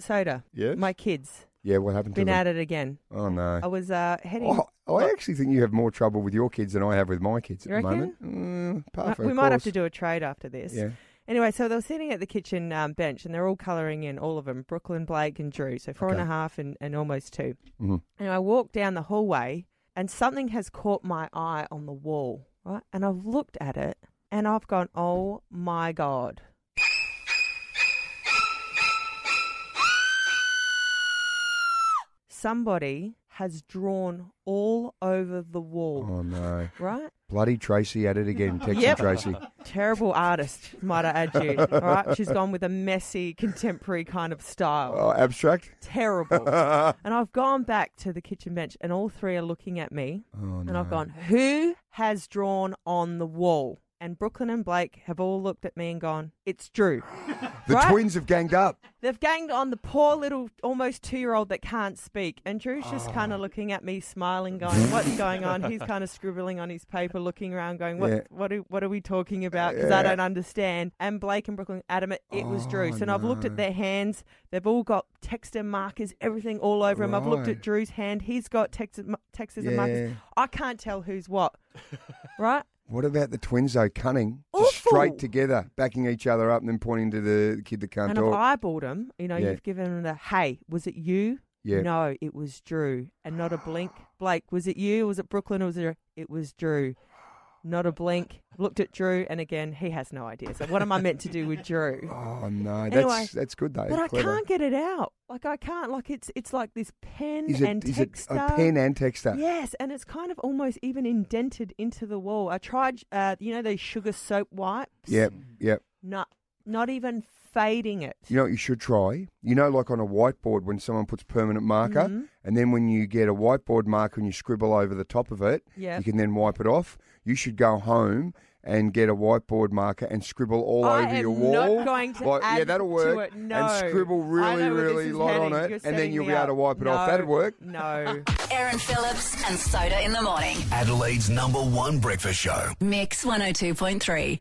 soda. Yes? My kids. Yeah, what happened to Been them? at it again. Oh no. I was uh, heading. Oh, I actually think you have more trouble with your kids than I have with my kids at You Uh, the moment. Mm, apart we from, of might have course. to do a trade after this. Yeah. Anyway, so they were sitting at the kitchen um, bench and they're all colouring in, all of them Brooklyn, Blake, and Drew. So four and Okay. a half and, and almost 2 Mhm. And I walk down the hallway and something has caught my eye on the wall, right? And I've looked at it and I've gone, oh my God. Somebody has drawn all over the wall, Oh no. right? Bloody Tracy at it again, Texan Yep. Tracy. Terrible artist, might I add you. All right, she's gone with a messy, contemporary kind of style. Oh, abstract. Terrible. oh And I've gone back to the kitchen bench, and all three are looking at me. Oh, no. And I've gone, Who has drawn on the wall? And Brooklyn and Blake have all looked at me and gone, It's Drew. The right? twins have ganged up. They've ganged on the poor little, almost two year old that can't speak. And Drew's just Ah. kind of looking at me, smiling, going, What's going on? He's kind of scribbling on his paper, looking around, going, What, Yeah. what, are, what are we talking about? Because I Yeah. don't understand. And Blake and Brooklyn, adamant it was Drew. Oh, So and I've looked no. at their hands. They've all got Texter markers, everything all over him. I've looked Right. at Drew's hand. He's got Texter, Texas and markers. Yeah. I can't tell who's what, right? What about the twins though? Cunning, Awful. Just straight together, backing each other up, and then pointing to the kid that can't And I've talk. eyeballed him. You know, Yeah. you've given him the, hey, was it you? Yeah. No, it was Drew. And not a blink. Blake, was it you? Was it Brooklyn? Or was it? It was Drew. Not a blink. Looked at Drew, and again, he has no idea. So what am I meant to do with Drew? Oh no, that's Anyway, that's good though. But I Clever. can't get it out. Like I can't. Like it's it's like this pen Is and it is it text. a pen and texter? Yes, and it's kind of almost even indented into the wall. I tried, uh, you know, those sugar soap wipes. Yep, yep. Not not even fading it. You know what you should try? You know, like on a whiteboard when someone puts permanent marker, Mm-hmm. and then when you get a whiteboard marker and you scribble over the top of it, Yep. you can then wipe it off. You should go home and get a whiteboard marker and scribble all I over am your wall. not going to Like, yeah, add that'll to work. it. No. And scribble I really, know where this really is light on heading. it, You're and then setting you'll me be able up. to wipe it off. No, That'd work. No. Aaron Phillips and Soda in the morning. oh Adelaide's number one breakfast show. Mix 102.3.